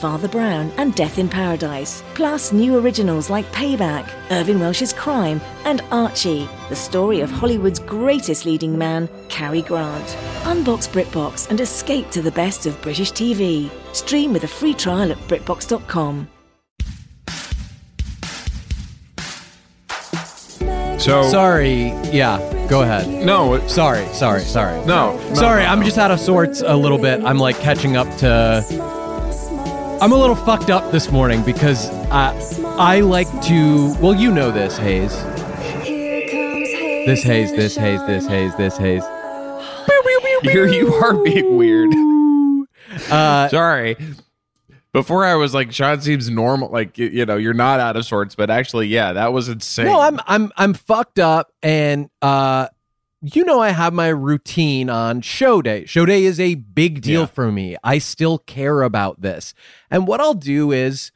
Father Brown, and Death in Paradise, plus new originals like Payback, Irving Welsh's Crime, and Archie, the story of Hollywood's greatest leading man, Cary Grant. Unbox BritBox and escape to the best of British TV. Stream with a free trial at BritBox.com. So Sorry. Yeah. Go ahead. no, it- Sorry. Sorry. Sorry. no, no, Sorry. no, I'm no. just out of sorts a little bit. I'm like catching up to. I'm a little fucked up this morning because I I like to. Well, you know this haze. This haze. This haze. This haze. This haze. here you are being weird. Uh, Sorry. Before I was like, Sean seems normal. Like y- you know, you're not out of sorts, but actually, yeah, that was insane. no, I'm I'm I'm fucked up, and uh, you know I have my routine on show day. Show day is a big deal Yeah. for me. I still care about this, and what I'll do is.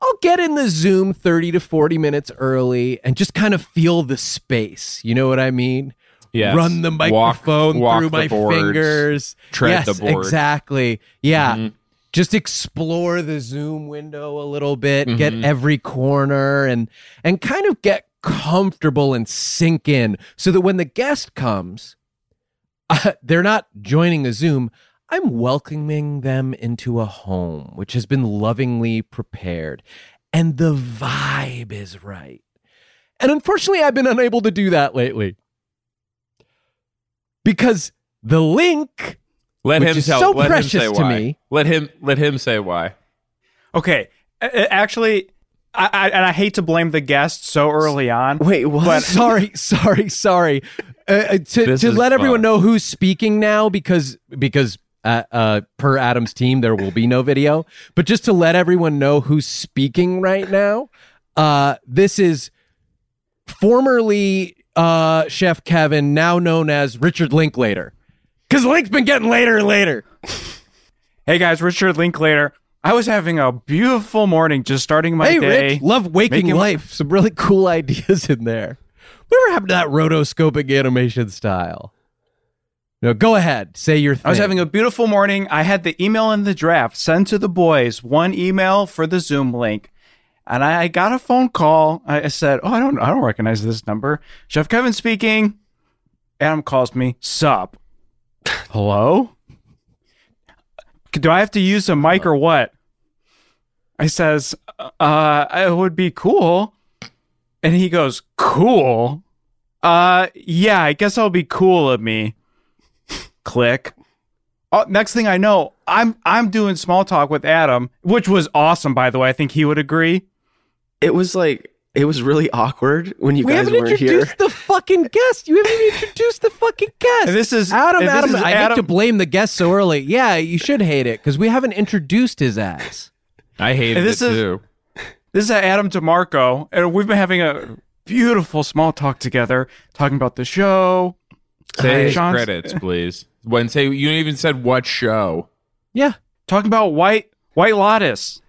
I'll get in the Zoom 30 to 40 minutes early and just kind of feel the space. You know what I mean? Yes. Run the Walk- microphone walk through the my boards. fingers. Tread yes, the board. Exactly. Yeah. Mhm. Just explore the Zoom window a little bit, get every corner and and kind of get comfortable and sink in so that when the guest comes, uh, they're not joining a Zoom. I'm welcoming them into a home which has been lovingly prepared and the vibe is right. And unfortunately, I've been unable to do that lately because the link Let which him is tell. so let precious him say to why. me. Let him. Let him say why. Okay, A- a- actually, I, I and I hate to blame the guest so early on. Wait, what? But sorry, sorry, sorry. Uh, uh, to This to is let everyone fun. know who's speaking now, because because uh, uh, per Adam's team there will be no video. But just to let everyone know who's speaking right now, uh, this is formerly uh, Chef Kevin, now known as Richard Linklater, because Link's been getting later and later. hey guys, Richard Linklater. I was having a beautiful morning, just starting my hey, day. Rich, love waking Making- life. Some really cool ideas in there. Whatever happened to that rotoscopic animation style? No, go ahead. Say your thing. I was having a beautiful morning. I had the email in the draft sent to the boys, one email for the Zoom link. And I I got a phone call. I I said, Oh, I don't I don't recognize this number. Chef Kevin speaking. Adam calls me, Sup. Hello? Do I have to use a mic or what? I says, uh, it would be cool. And he goes, Cool. Uh yeah, I guess I'll be cool of me. Click. Oh, next thing I know, I'm I'm doing small talk with Adam, which was awesome, by the way. I think he would agree. it was like it was really awkward when you we guys haven't weren't introduced here. the fucking guest. You haven't even introduced the fucking guest. And this is- Adam. and this Adam, is I hate Adam- to blame the guest so early. Yeah, you should hate it because we haven't introduced his ass. I hated And this it is- too. This is Adam DeMarco, and we've been having a beautiful small talk together, talking about the show. Say his Sean's- credits, please. When say you even said what show? Yeah. Talking about white white lotus.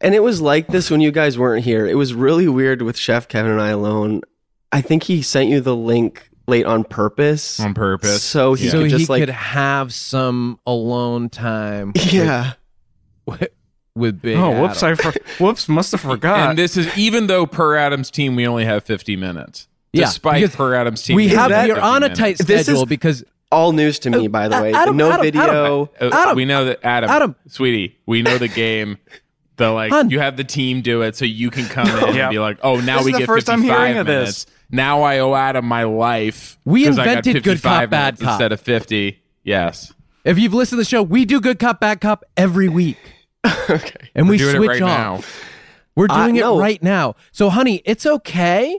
And it was like this when you guys weren't here. It was really weird with Chef Kevin and I alone. I think he sent you the link late on purpose. On purpose. So he Yeah. So could he just like could have some alone time Yeah. with Big. oh, whoops! Adam. I for, whoops must have forgot. and this is even though per Adam's team we only have 50 minutes. Yeah, Despite because per Adam's team, We only have. that- You're 50 on a minutes. tight This is- schedule because All news to me, by the way. Adam, no Adam, video. Adam. Uh, Adam. we know that Adam, Adam. sweetie, we know the game. The like Hun. you have the team do it, so you can come in Yeah. and be like, "Oh, now This we is the get first I'm 55 hearing of minutes. this. Now I owe Adam my life. We 'cause I got invented good 55 cop, bad minutes cop. instead of fifty. Yes, if you've listened to the show, we do good cop bad cop every week, okay. and we We're doing switch it right off. now. We're doing Uh, it no. right now. So, honey, it's okay.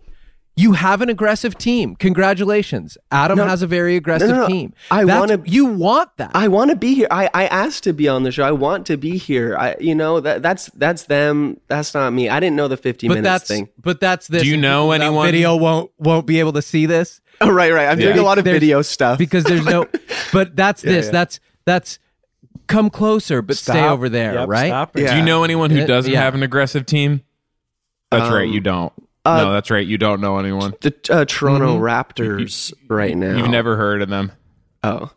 You have an aggressive team. Congratulations. Adam No. has a very aggressive no. team. I That's- wanna- you want that. I want to be here. I, I asked to be on the show. I want to be here. I you know that that's that's them. That's not me. I didn't know the 50 but minutes that's thing. but that's this. Do you and know people- that anyone- Video won't won't be able to see this. Oh right, right. I'm Yeah. doing a lot of There's- video stuff. because there's no. But that's this. That's that's come closer, but stay Stop. over there, Yep, right? stop. Yeah. Do you know anyone Uh, who doesn't yeah. have an aggressive team? That's right, Um, you don't. uh, no, that's right, you don't know anyone. The uh, Toronto Raptors right now. Mm-hmm. You've never heard of them. Oh,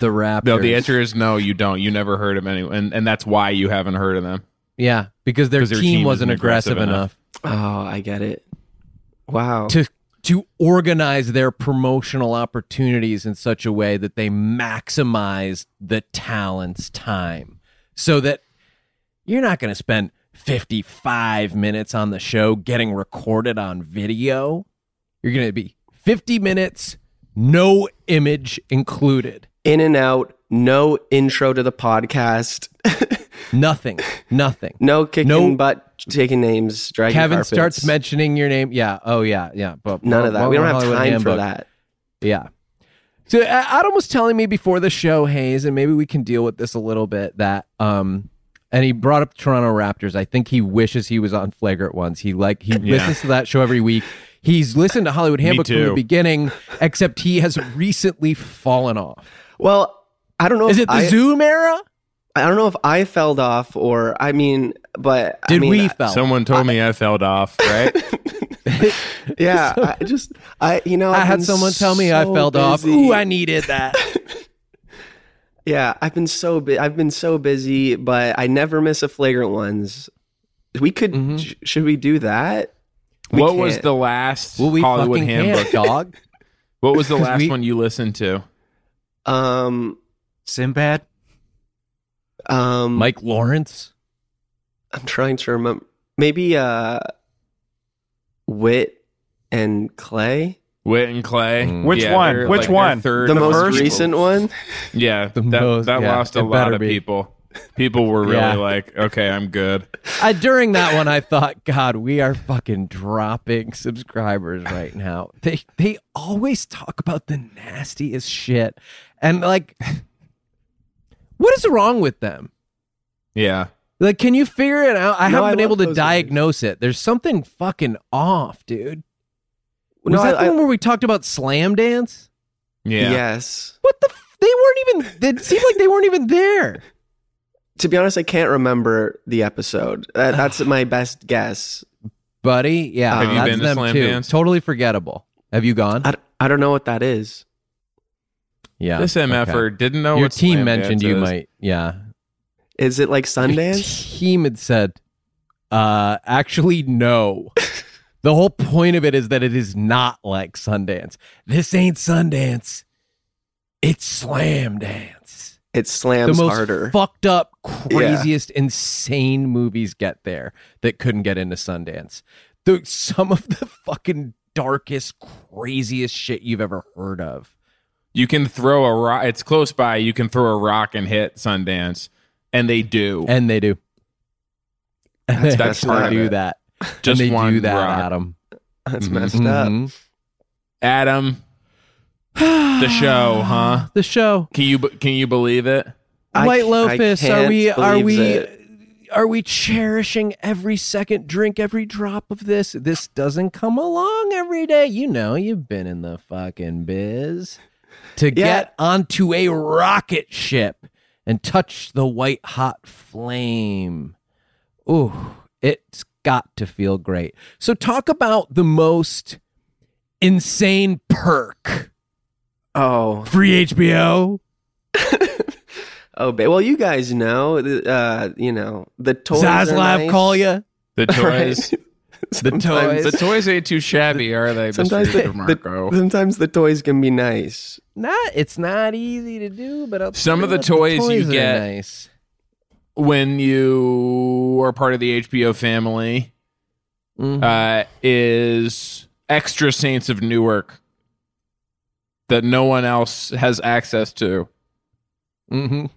The Raptors. No, the answer is no, you don't. You never heard of anyone, and, and that's why you haven't heard of them. Yeah, because their, 'Cause team, wasn't aggressive, enough. oh, I get it. Wow. to to organize their promotional opportunities in such a way that they maximize the talent's time so that you're not going to spend 55 minutes on the show getting recorded on video you're going to be 50 minutes no image included In and out. No intro to the podcast. nothing nothing no kicking No- butt, taking names, dragging Kevin carpets. starts mentioning your name. Yeah. Oh, yeah. Yeah. But None of that. we don't have Hollywood time for Handbook. that. Yeah. So uh, Adam was telling me before the show, Hayes, and maybe we can deal with this a little bit. That um, and he brought up Toronto Raptors. I think he wishes he was on Flagrant Ones. He like he listens to that show every week. He's listened to Hollywood Handbook from the too. beginning, except he has recently fallen off. Well, I don't know. Is if it the I, Zoom era? I don't know if I fell off or I mean, but I Did mean, we I- fell? Someone told me I fell off, right? Yeah, I just I you know I I've had been someone tell me I so fell off. busy. Ooh, I needed that. yeah, I've been so bu- I've been so busy, but I never miss a flagrant ones. We could Mm-hmm. sh- should we do that? We what was can't. the last Well, we Hollywood fucking can, handbook? dog. What was the 'Cause last we- one you listened to? um Sinbad. um Mike Lawrence. I'm trying to remember maybe uh Wit and Clay Wit and Clay. Mm. Which one? they're, Which their one? Third, the most first- recent one. Yeah, The that, most- that yeah, lost it a lot better of be. people. People were really Yeah. like, "Okay, I'm good." I, during that one, I thought, God, we are fucking dropping subscribers right now. They they always talk about the nastiest shit, and like, what is wrong with them? Yeah, Like, can you figure it out? I haven't No, I been love able to those diagnose it. There's something fucking off, dude. Was No, that I- the I- one where we talked about slam dance? yeah. Yes. What the? F- they weren't even. It seemed like they weren't even there. To be honest, I can't remember the episode. That, that's my best guess. Buddy, yeah, Have you that's been to them slam too. dance? Totally forgettable. Have you gone? I, I don't know what that is. yeah, This okay. mf'er didn't know Your what team slam mentioned dance you is. might, yeah. Is it like Your Sundance? team had said, uh, actually, no. the whole point of it is that it is not like Sundance. This ain't Sundance. It's Slam Dance. It the slams most harder. fucked up, craziest, insane movies get there that couldn't get into Sundance. The, some of the fucking darkest, craziest shit you've ever heard of. You can throw a rock. It's close by. You can throw a rock and hit Sundance, and they do. And they do. And That's they messed actually up. do that. Just and they one do that, rock. Adam. That's Mhm. messed up. Mhm. Adam, the show, huh? The show. Can you can you believe it? I White c- I Lotus. Are can't we are believe we it. are we cherishing every second drink, every drop of this? This doesn't come along every day. You know, you've been in the fucking biz. To get onto a rocket ship and touch the white hot flame. Ooh, it's got to feel great. So talk about the most insane perk. Oh, Free HBO. oh, ba- well, you guys know, th- uh, you know, the toys. are nice. you? The Right. toys. The Sometimes- The toys ain't too shabby, are they, Sometimes Mr. the, the, DeMarco? sometimes the toys can be nice. Not, it's not easy to do, but I'll Some tell of the what, toys you are get- nice. when you are part of the HBO family, Mhm. uh, is Extra Saints of Newark that no one else has access Oh, to. Mhm.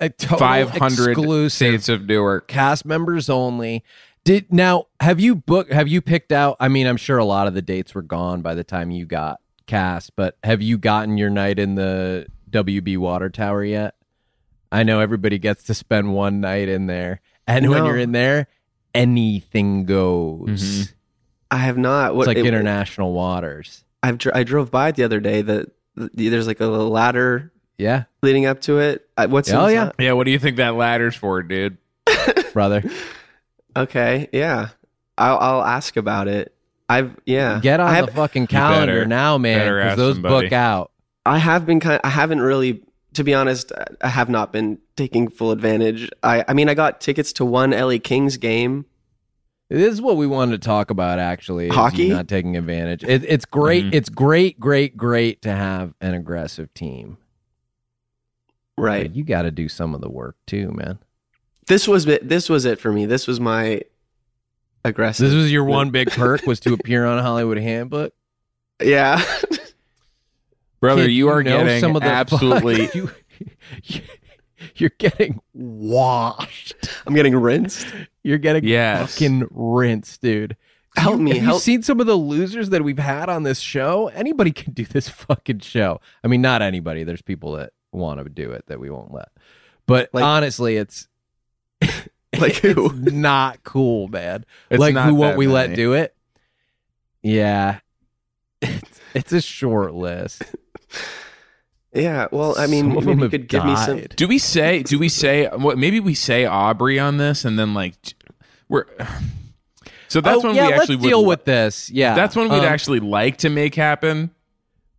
A mm-hmm. total Five hundred exclusive Saints of Newark. cast members only. Did now have you booked? Have you picked out? I mean, I'm sure a lot of the dates were gone by the time you got cast, but have you gotten your night in the WB Water Tower yet? I know everybody gets to spend one night in there, and when No. you're in there, anything goes. Mhm. I have not. What it's like it- international waters. I've dr- I drove by it the other day. That the, there's like a little ladder Yeah, leading up to it? Uh, What's Oh, in yeah. that? Yeah, what do you think that ladder's for, dude? brother. Okay, yeah. I'll I'll ask about it. I've yeah. Get on I the have, fucking calendar better- now, man. better 'cause ask those somebody. book out. I have been kind. I haven't really, to be honest. I have not been taking full advantage. I I mean, I got tickets to one LA Kings game. This is what we wanted to talk about. Actually, is you Hockey? not taking advantage. It, it's great. Mhm. It's great, great, great to have an aggressive team. Right. But you got to do some of the work too, man. This was it- this was it for me. This was my aggressive. This was your one big perk was to appear on Hollywood Handbook. yeah. Brother, Kid, you are know getting some of the absolutely you, you're getting washed. I'm getting rinsed. You're getting Yes. fucking rinsed, dude. Help you, me, Have you help- seen some of the losers that we've had on this show? Anybody can do this fucking show. I mean, not anybody. There's people that want to do it that we won't let. But Like- honestly, it's Like who? it's not cool, man. It's like not who won't that we let many. do it? Yeah, it's, it's a short list. Yeah. Well, I mean, Some of maybe them you have could give me some. died. Do we say? Do we say? what- Maybe we say Aubrey on this, and then like we're. So that's Oh, when yeah, we actually let's would deal li- with this. Yeah, That's when we'd Um, actually like to make happen.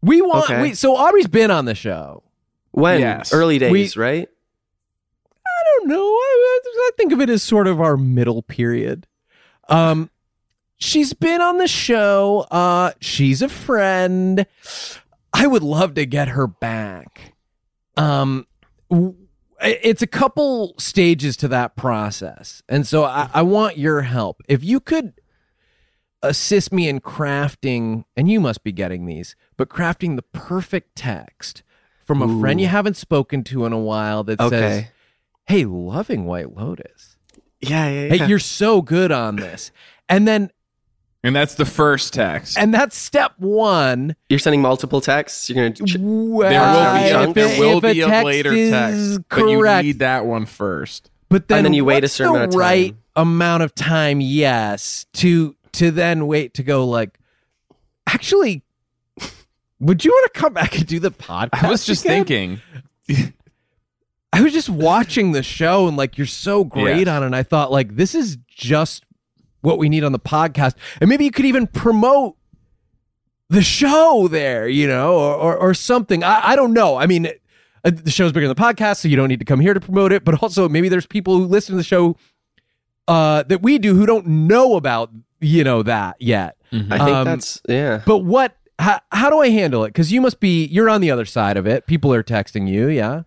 we want. Okay. We, so Aubrey's been on the show. When Yes. early days, We- right? I don't know. I, I think of it as sort of our middle period. Um, she's been on the show. Uh, she's a friend. I would love to get her back. Um, w- it's a couple stages to that process, and so I, I want your help. If you could assist me in crafting, and you must be getting these, but crafting the perfect text from a friend you haven't spoken to in a while that says, Okay. hey, loving White Lotus. Yeah. Yeah. yeah. Hey, you're so good on this. And then, And that's the first text. and that's step one. You're sending multiple texts. You're gonna. Ch- Well, there will be a, if there it- will if a be a text later is text, correct, but you need that one first. But then, And then you wait a what's certain the amount of time. right amount of time. Yes, to to then wait to go like. Actually, would you want to come back and do the podcast? I was just again? thinking. I was just watching the show and like you're so great on it. And I thought like this is just what we need on the podcast. And maybe you could even promote the show there, you know, or or, or something. I, I don't know. I mean, uh, the show's bigger than the podcast, so you don't need to come here to promote it. But also maybe there's people who listen to the show uh, that we do who don't know about you know that yet. I think Um, that's yeah. But what? How, how do I handle it? Because you must be you're on the other side of it. People are texting you. Yeah.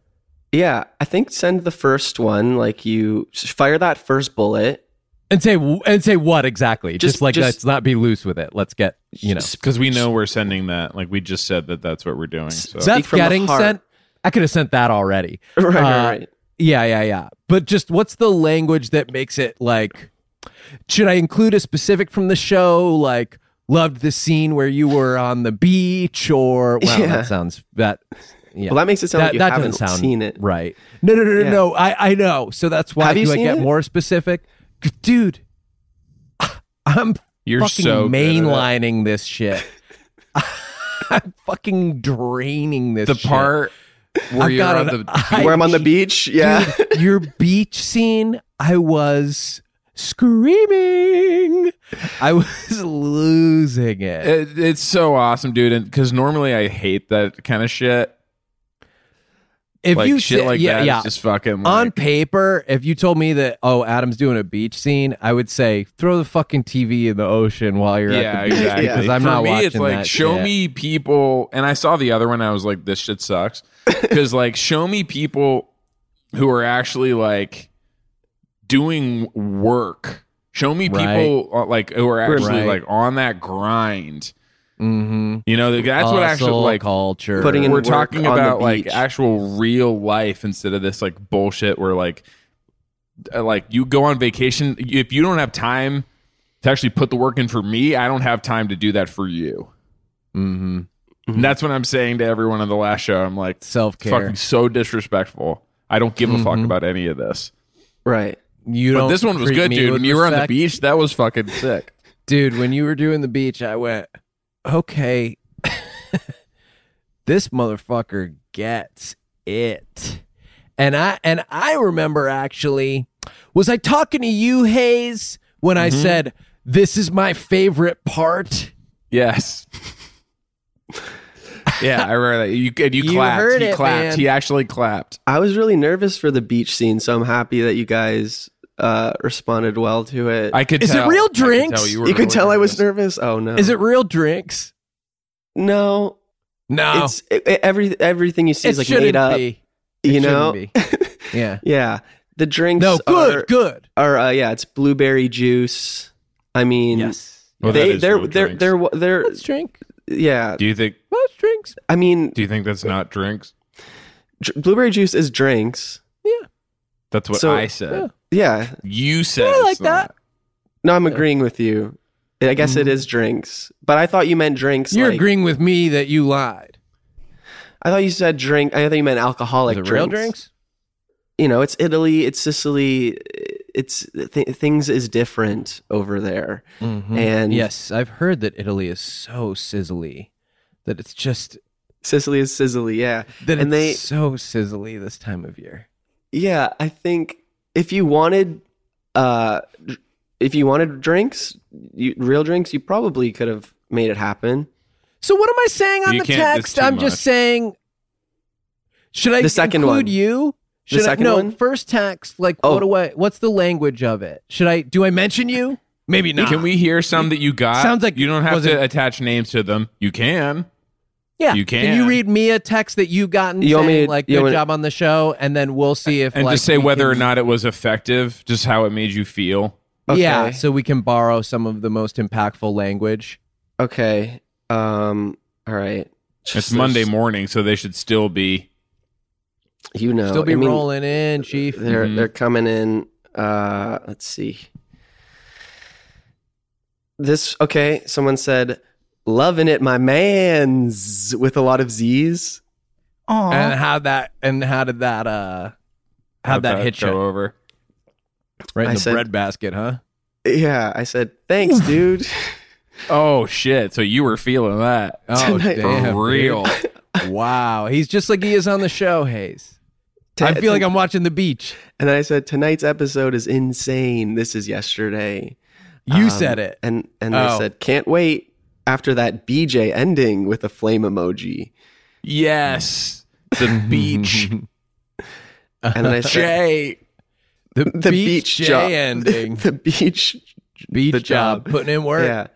Yeah, I think send the first one. Like you s- fire that first bullet. And say and say what exactly? Just, Just- like just- let's not be loose with it. Let's get you know. Because we know we're sending that. Like we just said that that's what we're doing. So. Speak That's from the getting heart. sent. I could have sent that already. Right, right, Uh, right. Yeah, yeah, yeah. But just what's the language that makes it like? Should I include a specific from the show? Like loved the scene where you were on the beach, or wow, Yeah. that sounds that. Yeah. Well, that makes it sound like you haven't doesn't sound seen it. right. No, no, no, no, Yeah. no. I, I know. So that's why Have you do I seen get it? more specific, dude? I'm You're fucking so good at it. mainlining this shit. I'm fucking draining this. the shit. part where I've you're got on an the I- Where I'm on the beach. Yeah. Dude, your beach scene. I was screaming. I was losing it. It, it's so awesome, dude. And because normally I hate that kind of shit. If like you shit sit- like yeah, that, is yeah. just fucking. on like- paper, if you told me that, oh, Adam's doing a beach scene, I would say throw the fucking TV in the ocean while you're yeah, at the beach exactly. because I'm For not me, watching it's like that show shit. me people, and I saw the other one. I was like, this shit sucks. Because like, show me people who are actually like doing work. Show me Right. people uh, like who are actually Right. like on that grind. Mm-hmm. You know, that's what actually like culture. putting in we're work talking on the about like beach. actual real life instead of this like bullshit where like uh, like you go on vacation if you don't have time to actually put the work in for me i don't have time to do that for you mm-hmm. and that's what i'm saying to everyone on the last show i'm like self it's care. fucking so disrespectful i don't give a fuck Mhm. about any of this right. You but don't. this one was treat good me dude with when you were on the respect. beach that was fucking sick dude. When you were doing the beach, I went, okay, this motherfucker gets it. And I and I remember actually was I talking to you Hayes when I Mm-hmm. said this is my favorite part? Yes. yeah, I remember that. You and you, You clapped. heard he it, clapped. man. He actually clapped. I was really nervous for the beach scene, so I'm happy that you guys uh, responded well to it. I could. Is it tell- real I could tell drinks? were you could really tell I was nervous. Oh no! Is it Uh-huh. real drinks? No, No. it's it, it- every everything you see Oh. it is like shouldn't made up. be. you It shouldn't know? be. Yeah. Yeah, the drinks. No, good, Are, good. are, uh, yeah, it's blueberry juice. I mean, Well, Oh, that they is they're real they're, drinks. they're wa- they're Let's drink. yeah. Do you think? Let's drinks. I mean, Do you think that's not drinks? dr- blueberry juice is drinks. That's what So- I said. Yeah. Yeah. You said I like it's not. that. No, I'm agreeing with you. I guess it is drinks, but I thought you meant drinks. You're like- agreeing with me that you lied. I thought you said drink. I thought you meant alcoholic Is it drinks. real drinks? You know, it's Italy, it's Sicily, it's th- things is different over there. Mm-hmm. And yes, I've heard that Italy is so sizzly that it's just Sicily is sizzly. Yeah, that and it's so sizzly this time of year. they yeah. I think if you wanted, uh, dr- if you wanted drinks, you, real drinks, you probably could have made it happen. So what am I saying on You the can't- it's text? too I'm much. just saying. Should I The second include one. you? Should second I, no, one? first text. Like, Oh. what do I? What's the language of it? Should I? Do I mention you? Maybe not. Can we hear some that you got? Sounds like- you don't have was to it- attach names to them. You can. Yeah, You Can you can. read me a text that you gotten You want saying me to- like you good want me to- job on the show, and then we'll see if and like, just say we whether can- or not it was effective, just how it made you feel. Okay. Yeah, so we can borrow some of the most impactful language. Okay. Um. All right. It's Monday morning, so they should still be. You know. Still be I mean, uh, rolling in, chief. They're Mhm. they're coming in. Uh, let's see. This okay? Someone said, "Loving it, my man's," with a lot of Z's. And how that and how did that uh how'd that hit go you? over? Right in I the said- bread basket, huh? Yeah, I said, "Thanks, dude." Oh shit! So you were feeling that Oh Tonight- damn, for real? dude. Wow. He's just like he is on the show, Hayes. I feel like I'm watching the beach. And then I said, "Tonight's episode is insane. This is yesterday." You Um, said it. and and they Oh. said, "Can't wait." After that BJ ending with a flame emoji, yes, the beach, and then I said, Jay. The, beach, "The beach, J job, ending. the beach beach the job. job. Putting in work. Yeah.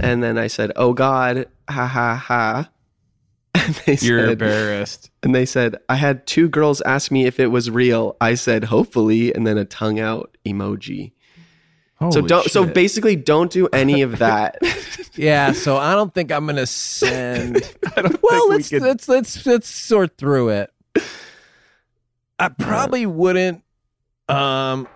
And then I said, "Oh God, ha ha ha." And they You're said, embarrassed. and they said, "I had two girls ask me if it was real." I said, "Hopefully," and then a tongue out emoji. so don't. So basically, don't do any of that. Yeah, so I don't think I'm gonna send. think well, we let's could- let's let's let's sort through it. I probably wouldn't um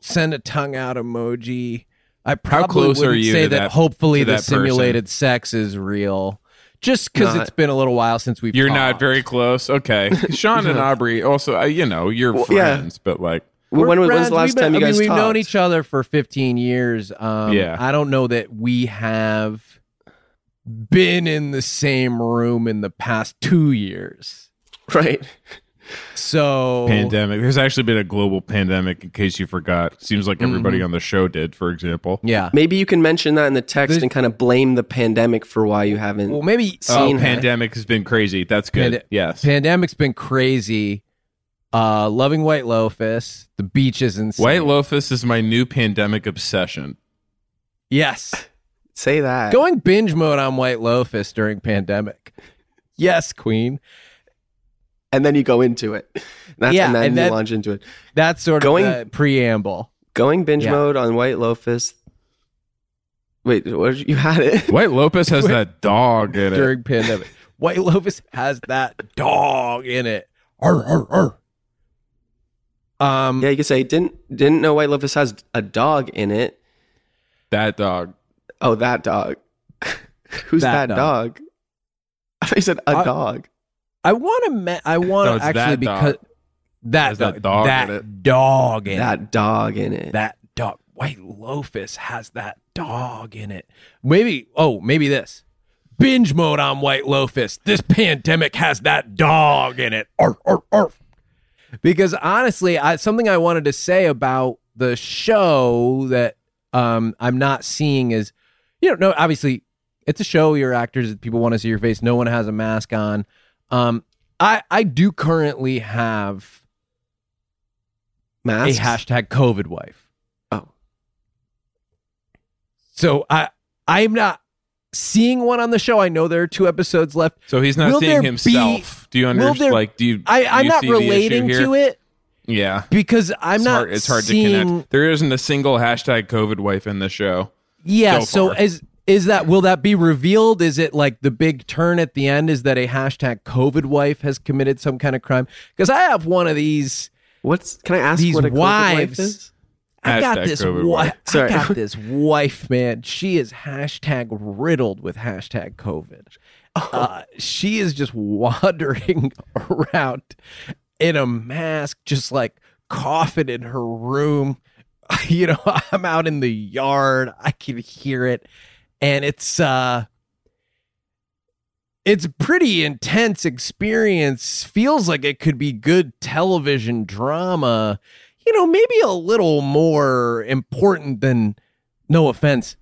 send a tongue out emoji. I probably close are wouldn't you say to that, that- hopefully to the that person? simulated sex is real. Just because Not- it's been a little while since we've You're not talked. very close. Okay, Sean and Aubrey. Also, uh, you know, you're Well, yeah. friends, but like, We're when was friends. the last We've been- time you I mean, guys we've talked? known each other for 15 years. Um, Yeah. I don't know that we have been in the same room in the past two years. right? So pandemic. There's actually been a global pandemic. In case you forgot, seems like everybody Mm-hmm. on the show did, for example. yeah. Maybe you can mention that in the text There's- and kind of blame the pandemic for why you haven't. Well, maybe Oh, Seen her. pandemic has been crazy. That's good. Pande- yes. pandemic's been crazy. Uh, loving white loafus. The beach is insane. White Loafus is my new pandemic obsession. yes. say that. Going binge mode on white loafus during pandemic. Yes, queen. and then you go into it. That's, Yeah, and then and you that- launch into it. That's sort Going- of the preamble. Going binge Yeah. mode on White Loafus. Wait, what, you had it? White Lopez has that dog in it. during pandemic. White Lovis has that dog in it. Arr, arr, arr. Um, Yeah, you could say didn't didn't know White Lotus has a dog in it. That dog. Oh, that dog. Who's That that, dog. Uh, dog? I thought you said a I- dog. I want to. Me- I No, want it's to actually that because dog. that Has that dog in that it. dog in it. That dog in it. That dog. White Loafus has that dog in it. Maybe. Oh, maybe this. binge mode on White Lotus. This pandemic has that dog in it. Arf, arf, arf. Because honestly, I, something I wanted to say about the show that um, I'm not seeing is, you know, no, obviously it's a show. Your actors, people want to see your face. No one has a mask on. Um, I I do currently have Masks? a hashtag COVID wife. Oh. So I I'm not seeing one on the show. I know there are two episodes left. So he's not Will there seeing himself. do you will understand? there- like, do you? I, do I'm you not see the issue relating here? to it Yeah, because I'm it's not Hard, it's hard seeing, to connect. There isn't a single hashtag COVID wife in this show. Yeah. so So, far. is is that will that be revealed? Is it like the big turn at the end? Is that a hashtag COVID wife has committed some kind of crime? Because I have one of these. What's can I ask These what a COVID wives. wife is? I got Hashtag this COVID wife. wife. I Sorry. got this wife, man. She is hashtag riddled with hashtag COVID. Oh. Uh, she is just wandering around in a mask, just like coughing in her room. You know, I'm out in the yard. I can hear it, and it's uh, it's pretty intense experience. Feels like it could be good television drama you know, maybe a little more important than, no offense,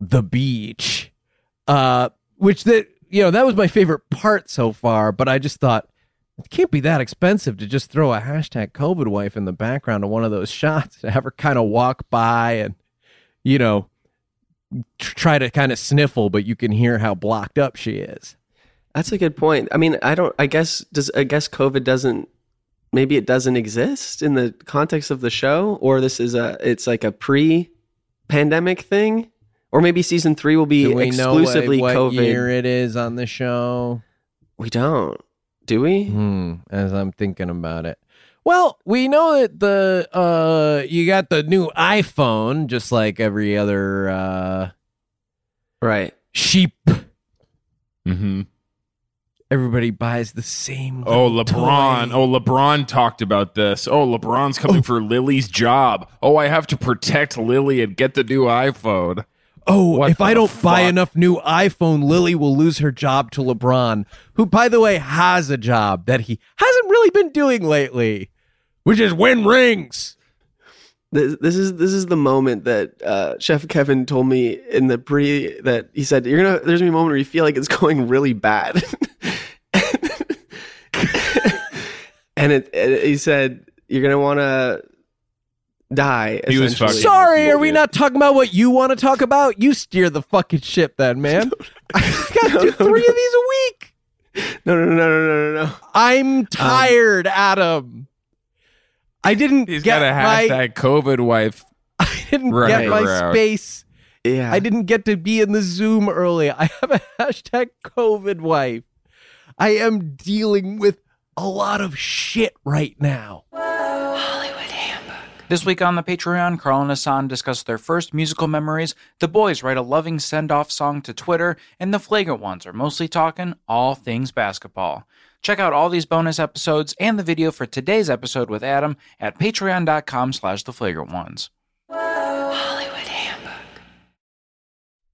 the beach. Uh, which that you know that was my favorite part so far. But I just thought it can't be that expensive to just throw a hashtag COVID wife in the background of one of those shots to have her kind of walk by and you know tr- try to kind of sniffle, but you can hear how blocked up she is. That's a good point. I mean, I don't. I guess does I guess COVID doesn't. Maybe it doesn't exist in the context of the show, or this is a. It's like a pre-pandemic thing, or maybe season three will be Do we know what, exclusively what COVID. year it is on the show? We don't, do we? Hmm, as I'm thinking about it. Well, we know that the uh you got the new iPhone just like every other uh Right. sheep. Mm-hmm. Everybody buys the same. Oh, little LeBron. toy. Oh, LeBron talked about this. Oh, LeBron's coming for Lily's job. Oh, I have to protect Lily and get the new iPhone. Oh, What if I the don't buy fuck? enough new iPhone, Lily will lose her job to LeBron, who by the way has a job that he hasn't really been doing lately, which is win rings. This, this is this is the moment that uh, Chef Kevin told me in the pre that he said you're gonna. There's gonna be a moment where you feel like it's going really bad. and it, and he said you're gonna want to die. He was fucking- essentially. Sorry, are we Yeah. not talking about what you want to talk about? You steer the fucking ship then, man. I got to do no, three of these a week. No, no, no, no, no, no, no. I'm tired, Adam. I didn't He's get got a my hashtag COVID wife. I didn't running get my around. space. Yeah, I didn't get to be in the Zoom early. I have a hashtag COVID wife. I am dealing with a lot of shit right now. This week on the Patreon, Carl and Hassan discuss their first musical memories, the boys write a loving send off song to Twitter, and the flagrant ones are mostly talking all things basketball. Check out all these bonus episodes and the video for today's episode with Adam at patreon.com slash the flagrant ones.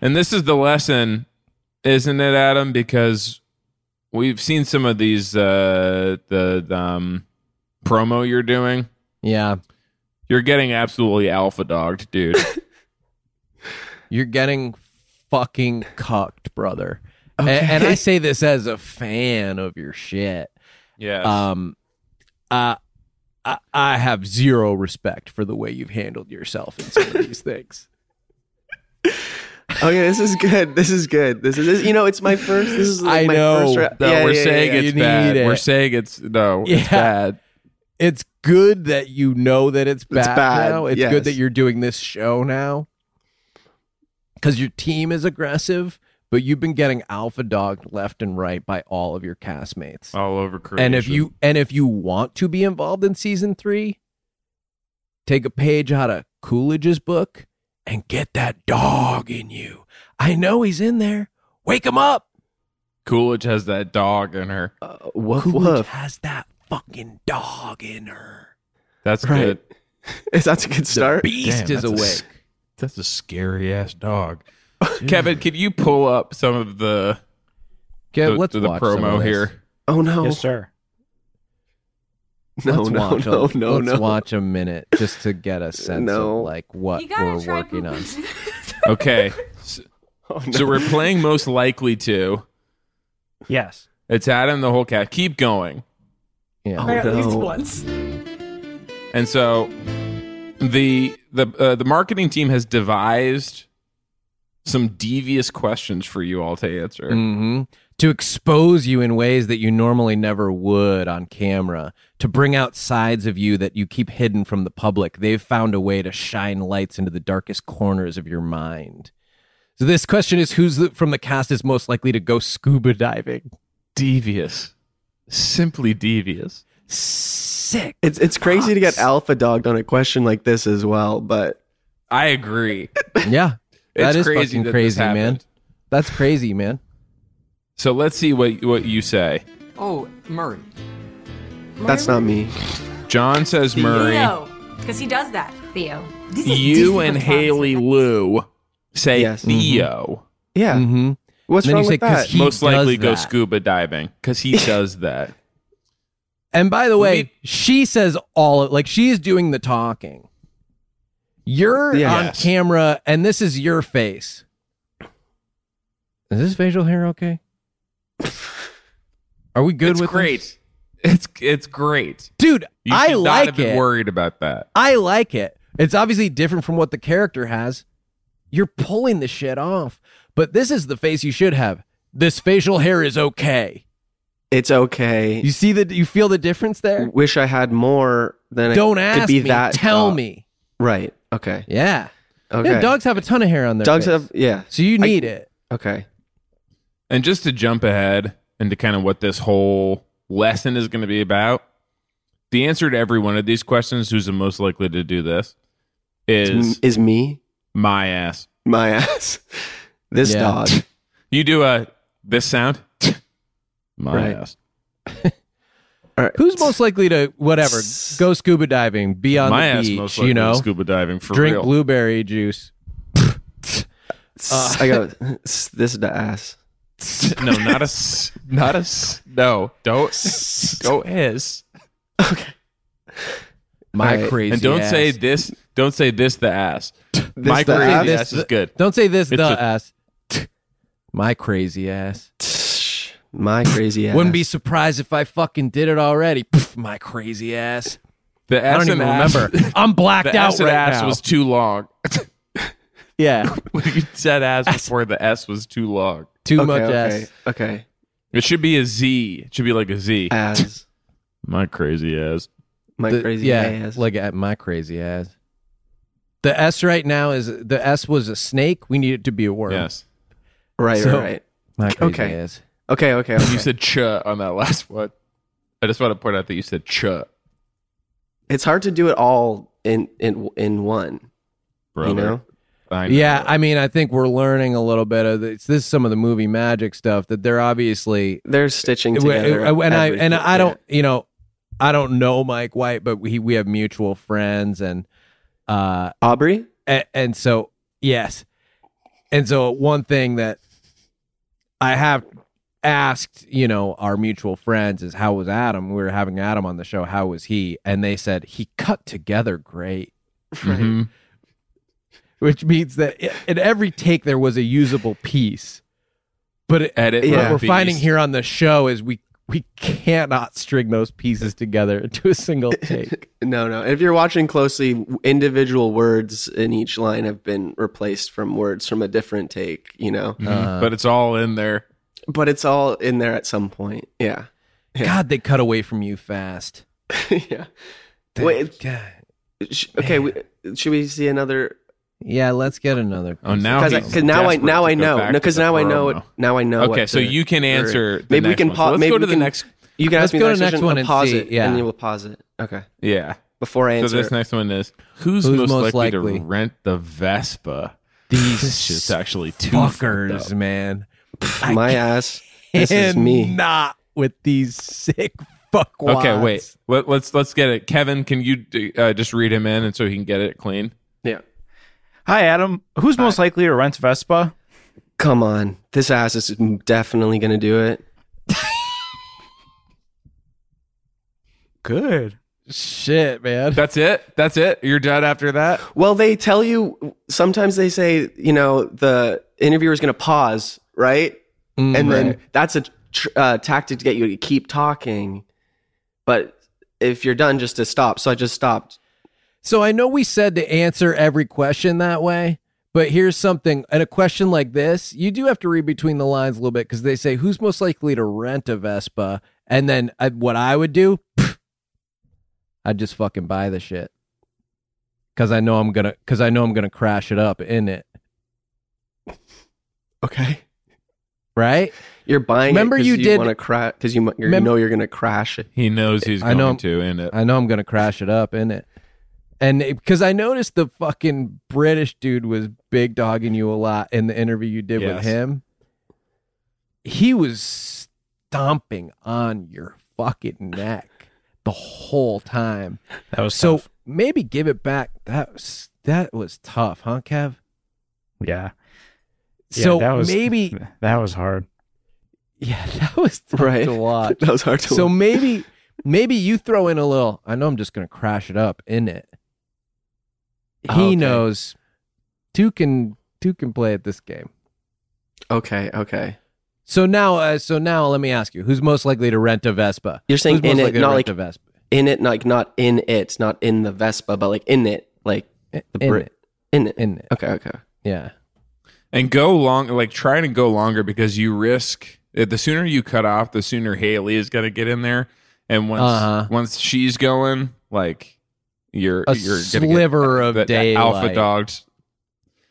And this is the lesson, isn't it, Adam? Because we've seen some of these uh the um promo you're doing. Yeah, You're getting absolutely alpha dogged, dude. you're getting fucking cucked, brother. A- and I say this as a fan of your shit. yes. Um, uh, I, I have zero respect for the way you've handled yourself in some of these things. Okay, this is good. This is good. This is this, you know, it's my first. This is like I my know. first round. no, Yeah, we're yeah, saying yeah, You it's need bad. it. We're saying it's no, it's Yeah. bad. It's good that you know that it's bad, bad, now. It's yes. good that you're doing this show now because your team is aggressive, but you've been getting alpha dogged left and right by all of your castmates. Oh, All over creation. and if you and if you want to be involved in season three, take a page out of Coolidge's book and get that dog in you. I know he's in there. Wake him up. Coolidge has that dog in her. yeah. Uh, woof Coolidge woof. has that fucking dog in her. That's Right. good. Is that a good start? Beast Damn, is that's a awake. s- That's a scary ass dog. Kevin, could you pull up some of the Okay, the, let's the watch some of promo this. here? Oh no! Yes, sir. No, let's no, watch no, a, no, let's no. watch a minute just to get a sense No. of like what we're working on. Okay, so, Oh, no. so we're playing most likely to. Yes. It's Adam the whole cat. Keep going, Yeah. Oh, no. once. and And so the the uh, the marketing team has devised some devious questions for you all to answer. hmm To expose you in ways that you normally never would on camera, to bring out sides of you that you keep hidden from the public. They've found a way to shine lights into the darkest corners of your mind. So, this question is who's the, from the cast is most likely to go scuba diving? Devious, simply devious. Sick. It's it's crazy to get alpha dogged on a question like this as well, but I agree. Yeah. that It's is crazy fucking that this crazy, man. happened. That's crazy, man. So let's see what what you say. Oh, Murray. that's not me. John says Murray. Theo. Because he does that. Theo. This is You difficult and times. Haley Lou say Yes. Theo. Yeah. Mm-hmm. What's And wrong then with you say, 'cause that? Mm-hmm. he- Most likely does go that. scuba diving because he does that. And by the We way, need- she says all of like she's doing the talking. You're Yeah. on Yes. camera and this is your face. Is this facial hair okay? Are we good it's with great. this? It's it's great. Dude, You I should not have like been it. worried about that. I like it. It's obviously different from what the character has. You're pulling the shit off. But this is the face you should have. This facial hair is okay. It's okay. You see that you feel the difference there? Wish I had more than Don't I ask could be me. that. Tell uh, me. Right. Okay. Yeah. Okay. Yeah, dogs have a ton of hair on their Dogs face. have yeah. So you I- need it. Okay. And just to jump ahead into kind of what this whole lesson is going to be about, the answer to every one of these questions, who's the most likely to do this, Is, Mm. is m- is me my ass. my ass? This Yeah. dog. You do a this sound. My Right. ass. All right. Who's most likely to whatever S- go scuba diving, be on my the ass beach, most likely you know, to scuba diving for drink real. blueberry juice? I go "S- this the ass. no, not a s- not a s- no. Don't s- go hiss. My All right. crazy And don't ass. say this. Don't say this the ass. This my the crazy ass? ass is good. Don't say this It's the a- ass. My crazy ass. Tsh, My crazy ass. Wouldn't be surprised if I fucking did it already. Pff, my crazy ass. The I ass don't even and ass- remember. I'm blacked The out ass and right ass now. was too long. yeah, you said ass before the S was too long. too okay, much okay, ass. Okay. It should be a Z. It should be like a Z. Ass. My crazy ass. My The- crazy yeah, ass. Look at my crazy ass. The S right now is the S was a snake. We need it to be a worm. Yes. right. so- right. My crazy Okay. ass. Okay. Okay. okay. You said ch on that last one. I just want to point out that you said ch, it's hard to do it all in in in one. brother. You know. I know. Yeah, I mean, I think we're learning a little bit of this. This is some of the movie magic stuff that they're obviously They're stitching and together. I and everything, I don't, you know, I don't know Mike White, but we we have mutual friends, and uh, yeah. Aubrey. and, and so yes, and so one thing that I have asked, you know, our mutual friends is how was Adam? We were having Adam on the show. How was he? And they said he cut together great. Mhm. which means that i- in every take there was a usable piece. But it, Edit. Yeah. what we're that finding piece. here on the show is we we cannot string those pieces together into a single take. No, no. If you're watching closely, individual words in each line have been replaced from words from a different take, you know. Uh, Mm-hmm. but it's all in there. But it's all in there at some point. Yeah. Yeah. God, they cut away from you fast. yeah. They- Wait. God. Sh- okay, we, should we see another yeah, let's get another. Oh, piece. now cuz he's now I desperate now to I go know. back No, to cuz the now I know promo. it now I know Okay, what so to- you can answer. the Maybe we next can one. So pause let's maybe go to we the can- next. You can Let's ask me go the to next next question, one I'll and pause see, it yeah. and you will pause it. Okay. Yeah. Before I So answer. this next one is who's, Who's most, most likely, likely? to rent the Vespa? These This shit's actually too fucked fuckers, up. man. I my ass. This is me. Not with these sick fuckwats. Okay, wait. Let, let's let's get it. Kevin, can you do- uh, just read him in, and so he can get it clean? Yeah. Hi, Adam. Who's most likely to rent Vespa? Come on. This ass is definitely going to do it. Good. Shit, man. That's it. That's it. You're done after that. Well, they tell you sometimes they say, you know, the interviewer is going to pause, right? Mm, and then that's a tr- uh, tactic to get you to keep talking. But if you're done, just to stop. So I just stopped. So I know we said to answer every question that way, but here's something. And a question like this, you do have to read between the lines a little bit because they say who's most likely to rent a Vespa, and then I, what I would do, pff, I'd just fucking buy the shit because I know I'm gonna because I know I'm gonna crash it up in it. Okay. Right? You're buying Remember it 'cause you did- want to crash because you, mu- you're- you Remem- know you're going to crash it. He knows he's I going know- to end it. I know I'm gonna crash it up in it. And because I noticed the fucking British dude was big dogging you a lot in the interview you did Yes. with him. He was stomping on your fucking neck the whole time. That was so maybe give it back. That was that was tough, huh, Kev? Yeah. Yeah, so that was, maybe that was hard. yeah, that was tough Right. to watch. That was hard to so maybe maybe you throw in a little i know i'm just gonna crash it up in it he Oh, okay. knows two can two can play at this game Okay. Okay. so now uh, so now let me ask you who's most likely to rent a vespa You're saying who's most in it, likely to not rent like a vespa In it, like not in it, not in the Vespa, but like in it, like in, the Brit. In it. it in it Okay. Okay. yeah And go long, like try to go longer because you risk the sooner you cut off, the sooner Haley is going to get in there, and once Uh-huh. once she's going, like you're a you're gonna get sliver of the- the day alpha dogs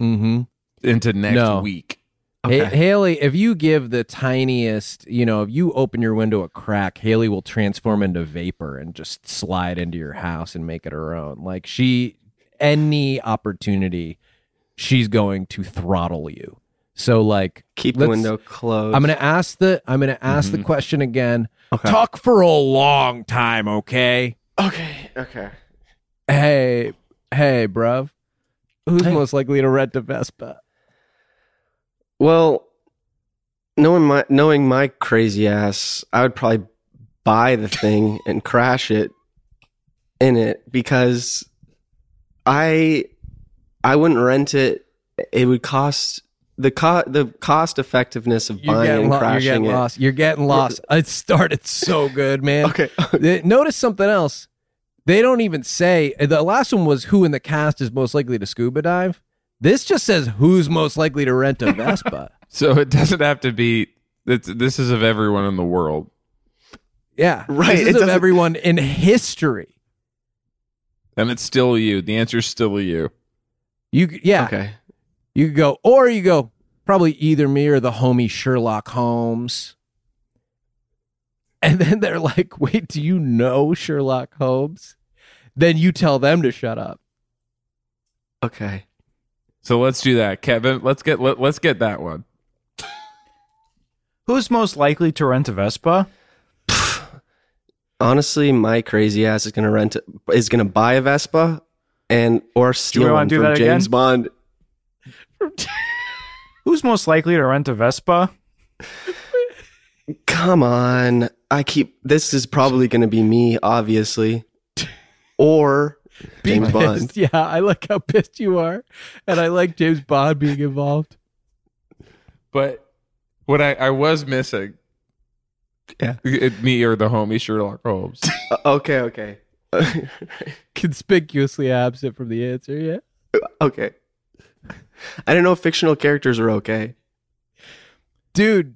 mm-hmm into next No. week. Ha- Okay. Haley, if you give the tiniest, you know, if you open your window a crack, Haley will transform into vapor and just slide into your house and make it her own. Like she, any opportunity, she's going to throttle you. So like, Keep the let's- window closed. I'm gonna ask the I'm gonna ask Mhm. the question again. Okay. Talk for a long time, okay? Okay. Okay. Hey, hey, bruv, who's Hey. most likely to rent a Vespa? Well, knowing my knowing my crazy ass, I would probably buy the thing and crash it in it because I I wouldn't rent it. It would cost the co- the cost effectiveness of You're buying getting, and lo- you're crashing getting it. lost. You're getting lost. It started so good, man. Okay. They- Notice something else. They don't even say the last one was who in the cast is most likely to scuba dive. This just says who's most likely to rent a Vespa. So it doesn't have to be. It's, this is of everyone in the world. yeah, Right, This it is of doesn't- everyone in history. And it's still you. The answer's still you. You c- yeah, okay. you could go or you go probably either me or the homie Sherlock Holmes. And then they're like, "Wait, do you know Sherlock Holmes?" Then you tell them to shut up. Okay. So let's do that, Kevin. Let's get let, let's get that one. Who's most likely to rent a Vespa? Honestly, my crazy ass is gonna rent is gonna buy a Vespa and or steal wanna one do from that again? James Bond. Who's most likely to rent a Vespa? Come on. I keep this is probably going to be me, obviously. Or Be James Bond. pissed. Yeah, I like how pissed you are, and I like James Bond being involved. But what I, I was missing, Yeah. it, me or the homie Sherlock Holmes. Uh, okay, okay. Conspicuously absent from the answer. Yeah. okay. I don't know if fictional characters are okay. dude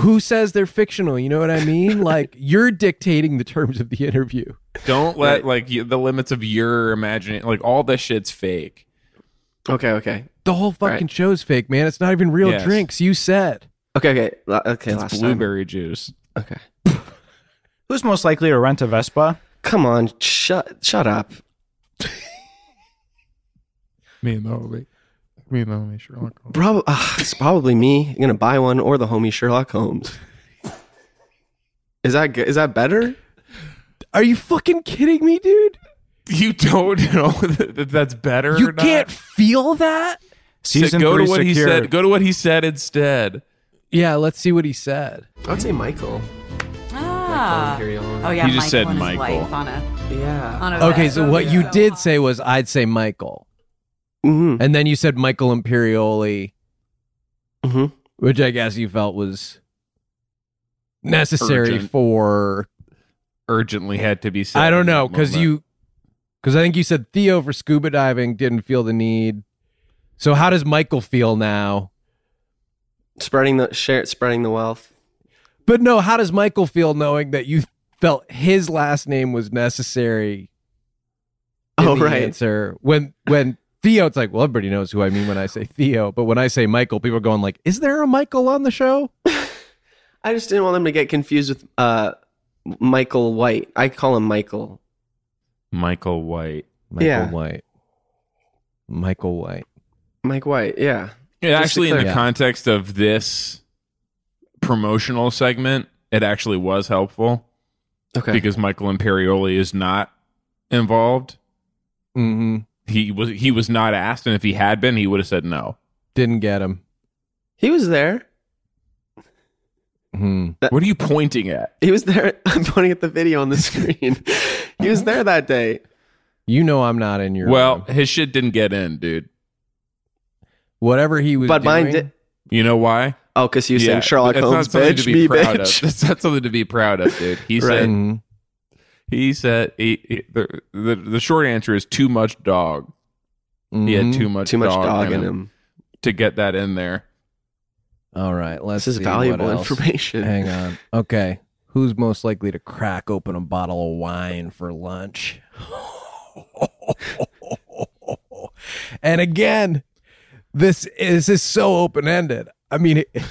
who says they're fictional you know what i mean like you're dictating the terms of the interview Don't let Right. like you, the limits of your imagination, like all this shit's fake. Okay, okay. the whole fucking Right. show's fake man it's not even real Yes. drinks you said Okay, okay. la- Okay, it's last blueberry juice. time. Okay. Who's most likely to rent a Vespa? Come on, shut shut up. Me and the homie. Me and the homie Sherlock Holmes. Probably uh, it's probably me. I'm going to buy one or the homie Sherlock Holmes. Is that good? Is that better? are you fucking kidding me dude You don't know that that's better. you or can't Not. feel that So Season go three to what he secured. said. Go to what he said instead. yeah let's see what he said I would say Michael. Ah. Carry on. Oh yeah, He just Michael said and his Michael. wife on a, Yeah. on a okay vest. so what you did say was i'd say michael Mhm. and then you said michael imperioli Mhm. which i guess you felt was necessary Urgent. for Urgently had to be said. I don't in that know because moment. you Because I think you said Theo for scuba diving didn't feel the need. So how does Michael feel now? Spreading the share, spreading the wealth. But no, how does Michael feel knowing that you felt his last name was necessary? in Oh, the right. Answer when when Theo, it's like well everybody knows who I mean when I say Theo, but when I say Michael, people are going like, is there a Michael on the show? I just didn't want them to get confused with uh, Michael White. I call him Michael. Michael White. Michael Yeah. White. Michael White. Mike White. Yeah. It Just to actually, in the clarify. context of this promotional segment, it actually was helpful Okay. because Michael Imperioli is not involved. Mm-hmm. He was he was not asked, and if he had been, he would have said no. Didn't get him. he was there. Hmm. What are you pointing at? He was there. I'm pointing at the video on the screen. he was there that day. You know I'm not in your well, room. his shit didn't get in, dude. whatever he was But mine doing- did. You know why? Oh, because you Yeah, sang Sherlock that's not Holmes, something bitch. to be Me, proud Of. bitch. That's not something to be proud of, dude. He Right. said. Mhm. He said. He, he- the, the the short answer is too much dog. He had Mhm. too much Mm-hmm. Too much dog, in him. to get that in there. All right, let's This is see valuable what else. information. Hang on. Okay. Who's most likely to crack open a bottle of wine for lunch? and again, this is, this is so open ended. I mean, it,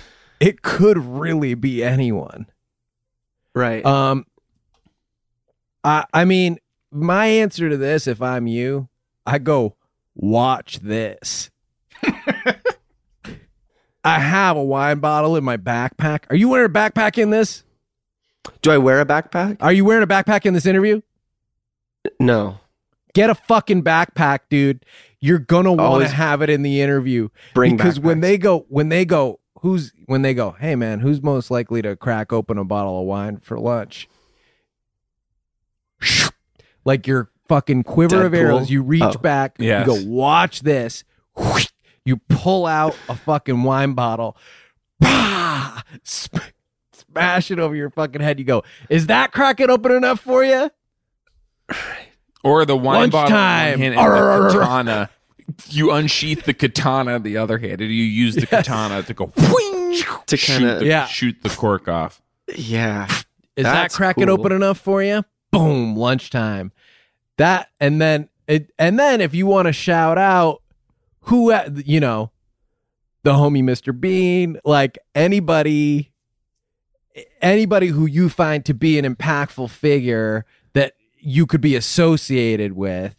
it could really be anyone. Right. Um, I I mean, my answer to this, if I'm you, I go watch this. I have a wine bottle in my backpack. Are you wearing a backpack in this? Do I wear a backpack? Are you wearing a backpack in this interview? No. Get a fucking backpack, dude. You're gonna want to Always have it in the interview. bring because when backpacks. they go, when they go, who's when they go, hey man, who's most likely to crack open a bottle of wine for lunch? Like your fucking quiver of Deadpool? arrows, you reach Oh. back, Yes. you go, watch this. You pull out a fucking wine bottle, Pah! Sp- smash it over your fucking head. You go, is that cracking open enough for you? Or the wine bottle Lunchtime. in one hand and the katana. You unsheath the katana in the other hand, and you use the katana to go whing, To shoot, kinda- the, Yeah. shoot the cork off. Yeah. Is That's that cracking cool. open enough for you? Boom, lunchtime. That and then it and then if you want to shout out who uh, you know, the homie Mr. Bean, like anybody anybody who you find to be an impactful figure that you could be associated with.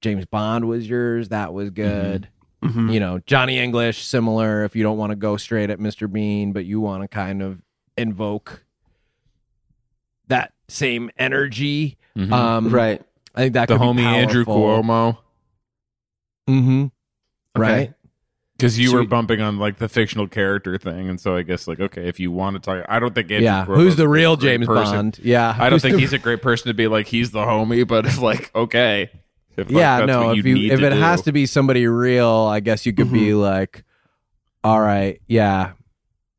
James Bond was yours, that was good Mhm. you know johnny english similar if you don't want to go straight at mr bean but you want to kind of invoke that same energy Uh, Mhm. um Mm-hmm. Right. i think that the could homie be Andrew Cuomo, mm-hmm Okay. right because you Should were we- bumping on like the fictional character thing, and so I guess like okay, if you want to talk, I don't think Andrew yeah Cuomo's who's the real a great james person. bond yeah I don't Who's think the- he's a great person to be like he's the homie, but if like okay, if, like, yeah that's no what if you you need if to it do. has to be somebody real i guess you could be Mm-hmm. like all right yeah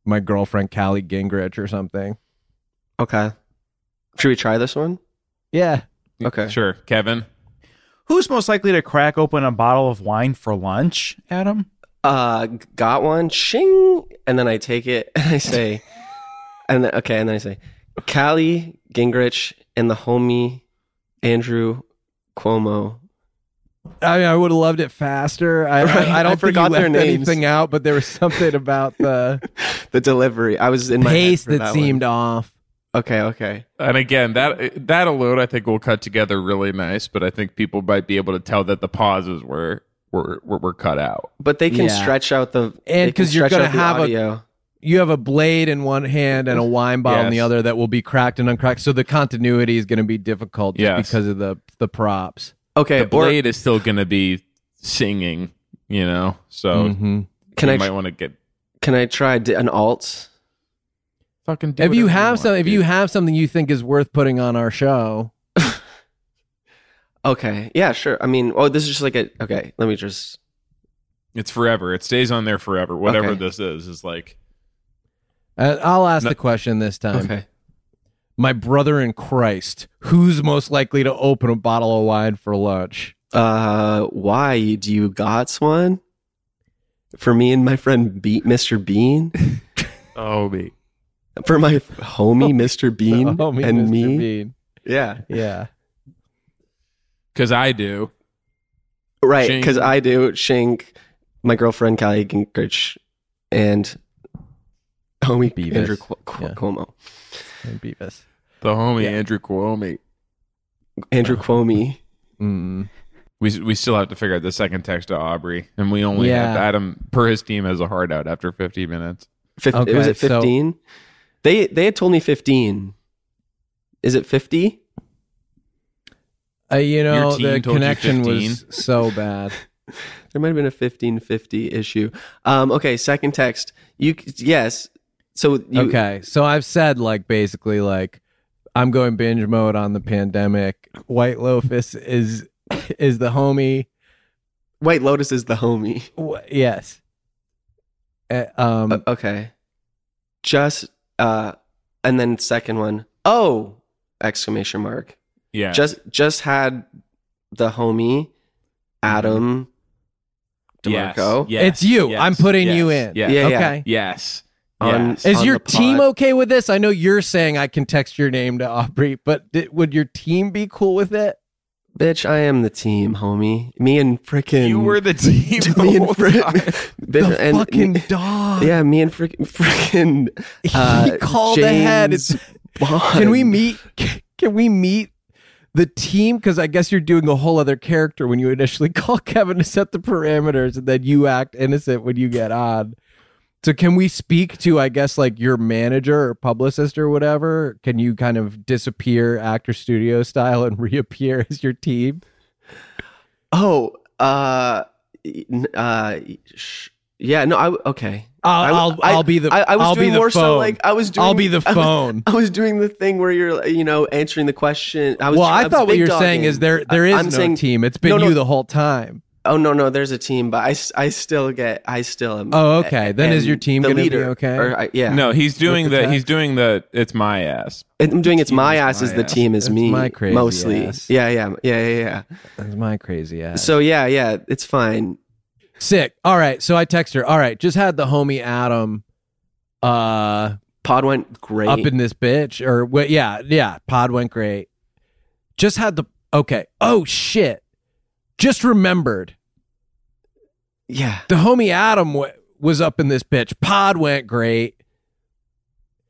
my girlfriend callie gingrich or something Okay. Should we try this one? yeah Okay. sure, Kevin. Who's most likely to crack open a bottle of wine for lunch, Adam? Uh, g- got one. Shing. And then I take it and I say, and then, okay, and then I say, Callie Gingrich and the homie Andrew Cuomo. I mean, I would have loved it faster. I, Right, I, I don't I forgot think their you left names. anything out, but there was something about the The delivery. I was in my head pace for that, one. seemed off. Okay. Okay. And again, that that alone, I think will cut together really nice. But I think people might be able to tell that the pauses were were were, were cut out. But they can Yeah. stretch out the And they can 'cause you're stretch gonna out the have a- audio. You have a blade in one hand and a wine bottle in the Yes. other that will be cracked and uncracked, so the continuity is going to be difficult just Yes. because of the the props. okay. the blade is still going to be singing, you know. So Mhm. Or can you I might tr- want to get can I try d- an alt? fucking. Do If you whatever have want, some, if dude. you have something you think is worth putting on our show, Okay. Yeah. Sure. I mean, oh, this is just like a okay. Let me just it's forever. It stays on there forever. Whatever Okay. this is, is like uh, I'll ask No- um, the question this time. my brother in Christ, who's most likely to open a bottle of wine for lunch? Uh, why do you got one? For me and my friend Be- Mr. Bean. oh me. For my homie Mr. Bean homie and Mr. me. Oh, Bean. Yeah. Yeah. Because I do. Right, Shink. because I do Shink, my girlfriend Callie Gingrich, and homie Beavis. Andrew Cu- Cu- Yeah. Cuomo, And Beavis. The homie Yeah. Andrew Cuomo. Andrew Uh-huh. Cuomo. Mm. We we still have to figure out the second text to Aubrey, and we only Yeah. have Adam per his team as a hard out after 50 minutes. Fif- Okay, it was at so- fifteen. They they had told me fifteen. Is it fifty? Uh, you know, team the told you connection was 15. so bad. There might have been a fifteen fifty issue. Um, okay, second text. You c- yes. So you, okay. So I've said, like, basically, like, I'm going binge mode on the pandemic. White Loafus is is the homie. White Lotus is the homie. Wh- Yes. Uh, um, Uh, okay. Just uh, and then second one. Oh! Exclamation mark. Yeah. just just had the homie Adam Mm-hmm. Yes. DeMarco Yes. it's you. Yes. I'm putting Yes. you in. Yeah. Yeah. Okay. Yes. on, Yes. Is on your the pod. team okay with this? I know you're saying I can text your name to Aubrey, but di- would your team be cool with it? Bitch, I am the team, homie. Me and frickin' You were the team. the me and whole frick, time. bitch, the and fucking dog. yeah, me and frickin' frickin' uh, Uh, he called ahead. It's, James Bond. can we meet? Can we meet the team? Because I guess you're doing a whole other character when you initially call Kevin to set the parameters, and then you act innocent when you get on. So can we speak to I guess like your manager or publicist or whatever? Can you kind of disappear actor studio style and reappear as your team? Oh, uh, n- uh, sh- yeah, no, I okay. I I'll w- I'll, I- I'll be the I, I was will doing be the more phone. so like I was doing I'll be the I was- phone. I was doing the thing where you're, you know, answering the question. I was, well, I I was thought what big you're dogging. saying is there there I- is I'm no saying- team. It's been No, no. you the whole time. Oh no, no, there's a team, but I, s- I still get, I still am. Oh, okay. Then is your am team the gonna be leader, okay? Or I, yeah, no, No, he's doing With the the, text. he's doing the it's my ass. I'm doing. It's team my is ass. my Is the ass. team is It's me? my crazy mostly. ass. Yeah, yeah, yeah, yeah, yeah. That's my crazy ass. So yeah, yeah, it's fine. Sick. All right. So I text her. All right. Just had the homie Adam uh Pod went great. up in this bitch. Or what yeah, yeah. Pod went great. Just had the okay. Oh shit. Just remembered. yeah, The homie Adam w- was up in this bitch. Pod went great.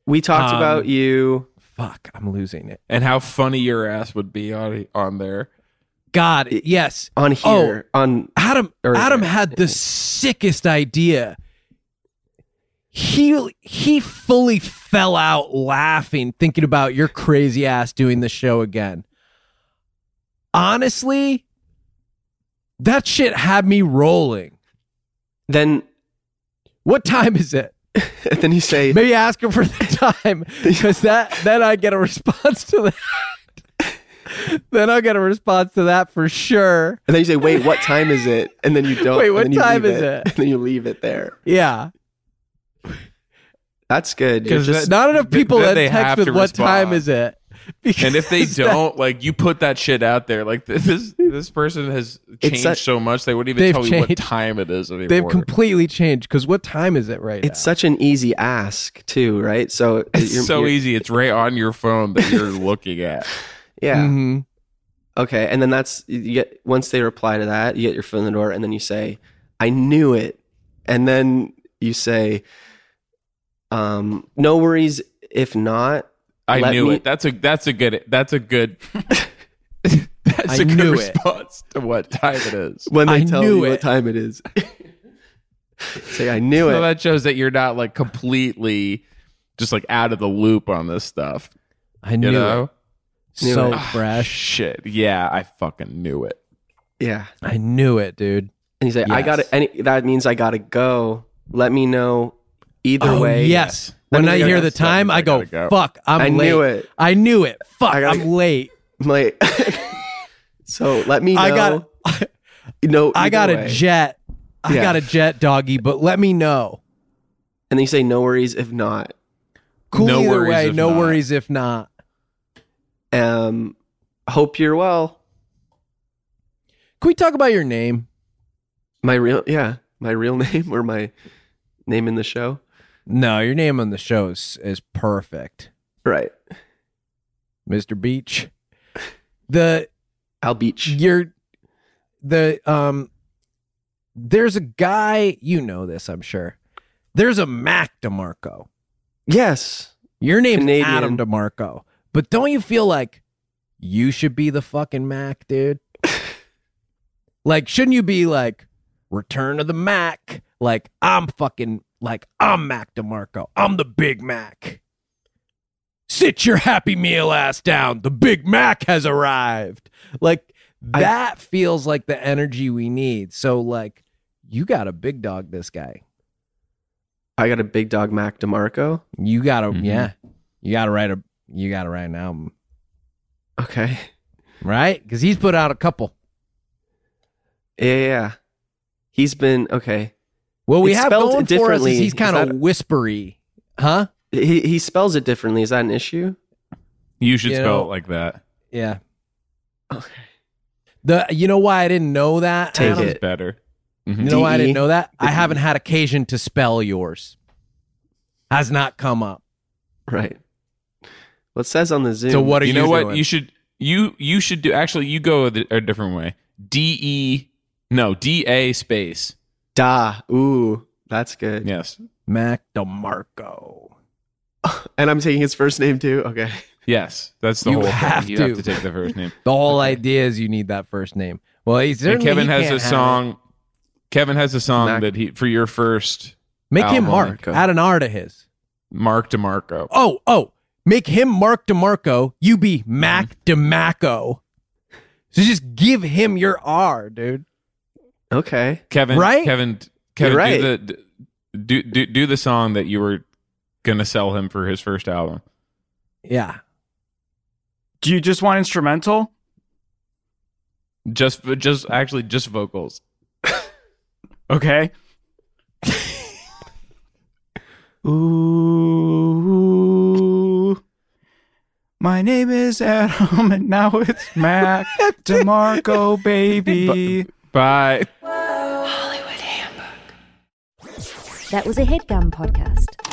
we talked Um, about you. Fuck, I'm losing it. And how funny your ass would be on on there. God, yes. on here on Adam Or- Adam had the sickest idea. He he fully fell out laughing thinking about your crazy ass doing the show again. Honestly, that shit had me rolling. then What time is it? then you say Maybe ask him for the time because that then I get a response to that. then I'll get a response to that for sure. and then you say wait what time is it and then you don't Wait, and what then you time leave is it? and then you leave it there Yeah. that's good You're 'Cause just- that- not enough th- people then that they have text with to what respond. time is it Because And if they that- don't, like you put that shit out there, like th- this this person has It's changed such- so much they wouldn't even They've tell you what changed. time it is anymore. they've completely changed because what time is it right it's such an easy ask too right so it's you're- so you're- easy. It's right on your phone that you're looking at. yeah now? hmm okay and then that's you get once they reply to that you get your foot in the door and then you say I knew it and then you say um no worries if not I Let knew me- it. That's a that's a good that's a good I that's a good knew it. response to what time it is. when they I tell knew you it. what time it is say I knew So it that shows that you're not like completely just like out of the loop on this stuff. i You knew know? it so Knew it. fresh Shit. Yeah, I fucking knew it. yeah i knew it dude And he's like, I Yes. got to, and that means I got to go. Let me know either oh, way. yes Let when me i know hear your the answer. time i go, gotta go. fuck i'm I late knew it. i knew it fuck I gotta- i'm late I'm like, so let me know. i got no, i either got a way. jet i Yeah. got a jet doggy but let me know And then you say, no worries if not. cool No either worries way if no not. worries if not Um, hope you're well. Can we talk about your name? My real, yeah, my real name or my name in the show? No, your name on the show is, is perfect. Right. Mr. Beach. The Al Beach. You're the um there's a guy, you know this, I'm sure. There's a Mac DeMarco. Yes. Your name's Canadian. Adam DeMarco. But don't you feel like you should be the fucking Mac, dude? like, shouldn't you be like return of the Mac? Like, I'm fucking like I'm Mac DeMarco. I'm the Big Mac. Sit your happy meal ass down. The Big Mac has arrived. Like I- that feels like the energy we need. So like you got to big dog this guy. I got a big dog, Mac DeMarco. You got to Mm-hmm. Mhm. yeah. You got to write a you got to write an album. Okay. right? Because he's put out a couple. Yeah, yeah, yeah. He's been okay. Well, we It's have spelled going for us is differently. he's Is kind of that- whispery, huh? He he spells it differently. Is that an issue? You should You spell know- it like that. Yeah. Okay. The you know why I didn't know that. Take Adam? it. E? It's better. You know why I DE. didn't know that? I haven't had occasion to spell yours. Has not come up. Right. What it says on the Zoom? So what are you you, know what doing? you should you you should do actually you go the, a different way d e no d a space Da. Ooh, that's good. yes Mac DeMarco. And I'm taking his first name too. Okay. yes that's the You whole have thing you to. have to take the first name The whole idea is you need that first name. Well, he's and Kevin has a song Kevin has a song Mac- that he for your first Make him album. Mark. Add an R to his. Mark DeMarco Oh, oh, make him Mark DeMarco. You be Mac DeMaco. So just give him your R, dude. Okay. Kevin Right? Kevin Kevin right. do the do, do do the song that you were gonna sell him for his first album Yeah. Do you just want instrumental? just just actually just vocals Okay. Ooh. My name is Adam, and now it's Mac DeMarco, baby. bye. That was a headgum podcast.